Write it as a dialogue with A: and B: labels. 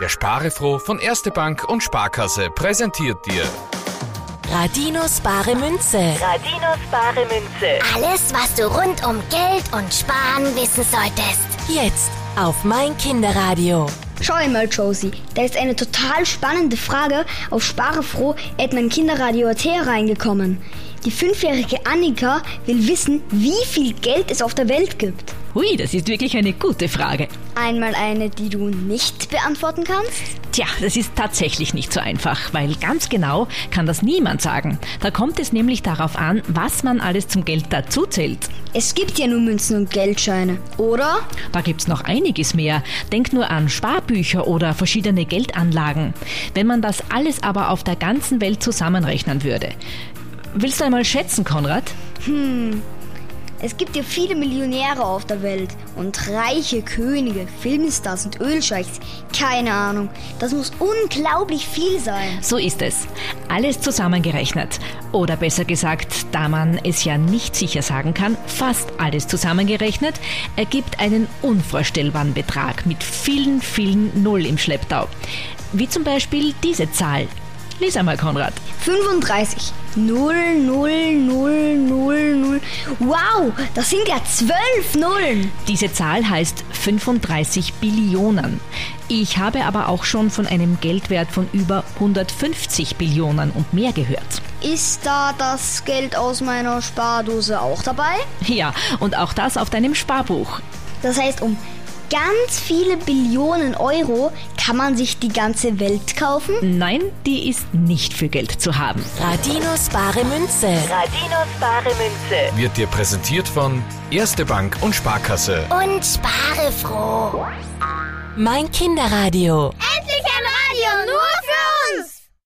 A: Der Sparefroh von Erste Bank und Sparkasse präsentiert dir
B: Radinos bare Münze.
C: Radinos bare Münze.
D: Alles, was du rund um Geld und Sparen wissen solltest.
B: Jetzt auf mein Kinderradio.
E: Schau einmal, Josie, da ist eine total spannende Frage auf Sparefroh at mein Kinderradio AT reingekommen. Die fünfjährige Annika will wissen, wie viel Geld es auf der Welt gibt.
F: Hui, das ist wirklich eine gute Frage.
E: Einmal eine, die du nicht beantworten kannst?
F: Tja, das ist tatsächlich nicht so einfach, weil ganz genau kann das niemand sagen. Da kommt es nämlich darauf an, was man alles zum Geld dazu zählt.
E: Es gibt ja nur Münzen und Geldscheine, oder?
F: Da gibt's noch einiges mehr. Denk nur an Sparbücher oder verschiedene Geldanlagen. Wenn man das alles aber auf der ganzen Welt zusammenrechnen würde. Willst du einmal schätzen, Konrad?
E: Hm. Es gibt ja viele Millionäre auf der Welt und reiche Könige, Filmstars und Ölscheichs. Keine Ahnung. Das muss unglaublich viel sein.
F: So ist es. Alles zusammengerechnet. Oder besser gesagt, da man es ja nicht sicher sagen kann, fast alles zusammengerechnet, ergibt einen unvorstellbaren Betrag mit vielen, vielen Null im Schlepptau. Wie zum Beispiel diese Zahl. Lies einmal, Konrad.
E: 35. 0, 0, 0, 0, 0. Wow, das sind ja zwölf Nullen.
F: Diese Zahl heißt 35 Billionen. Ich habe aber auch schon von einem Geldwert von über 150 Billionen und mehr gehört.
E: Ist da das Geld aus meiner Spardose auch dabei?
F: Ja, und auch das auf deinem Sparbuch.
E: Das heißt, um ganz viele Billionen Euro kann man sich die ganze Welt kaufen?
F: Nein, die ist nicht für Geld zu haben.
B: Radinos bare Münze.
C: Radinos bare Münze.
A: wird dir präsentiert von Erste Bank und Sparkasse.
D: Und Sparefroh.
B: Mein Kinderradio.
D: Endlich!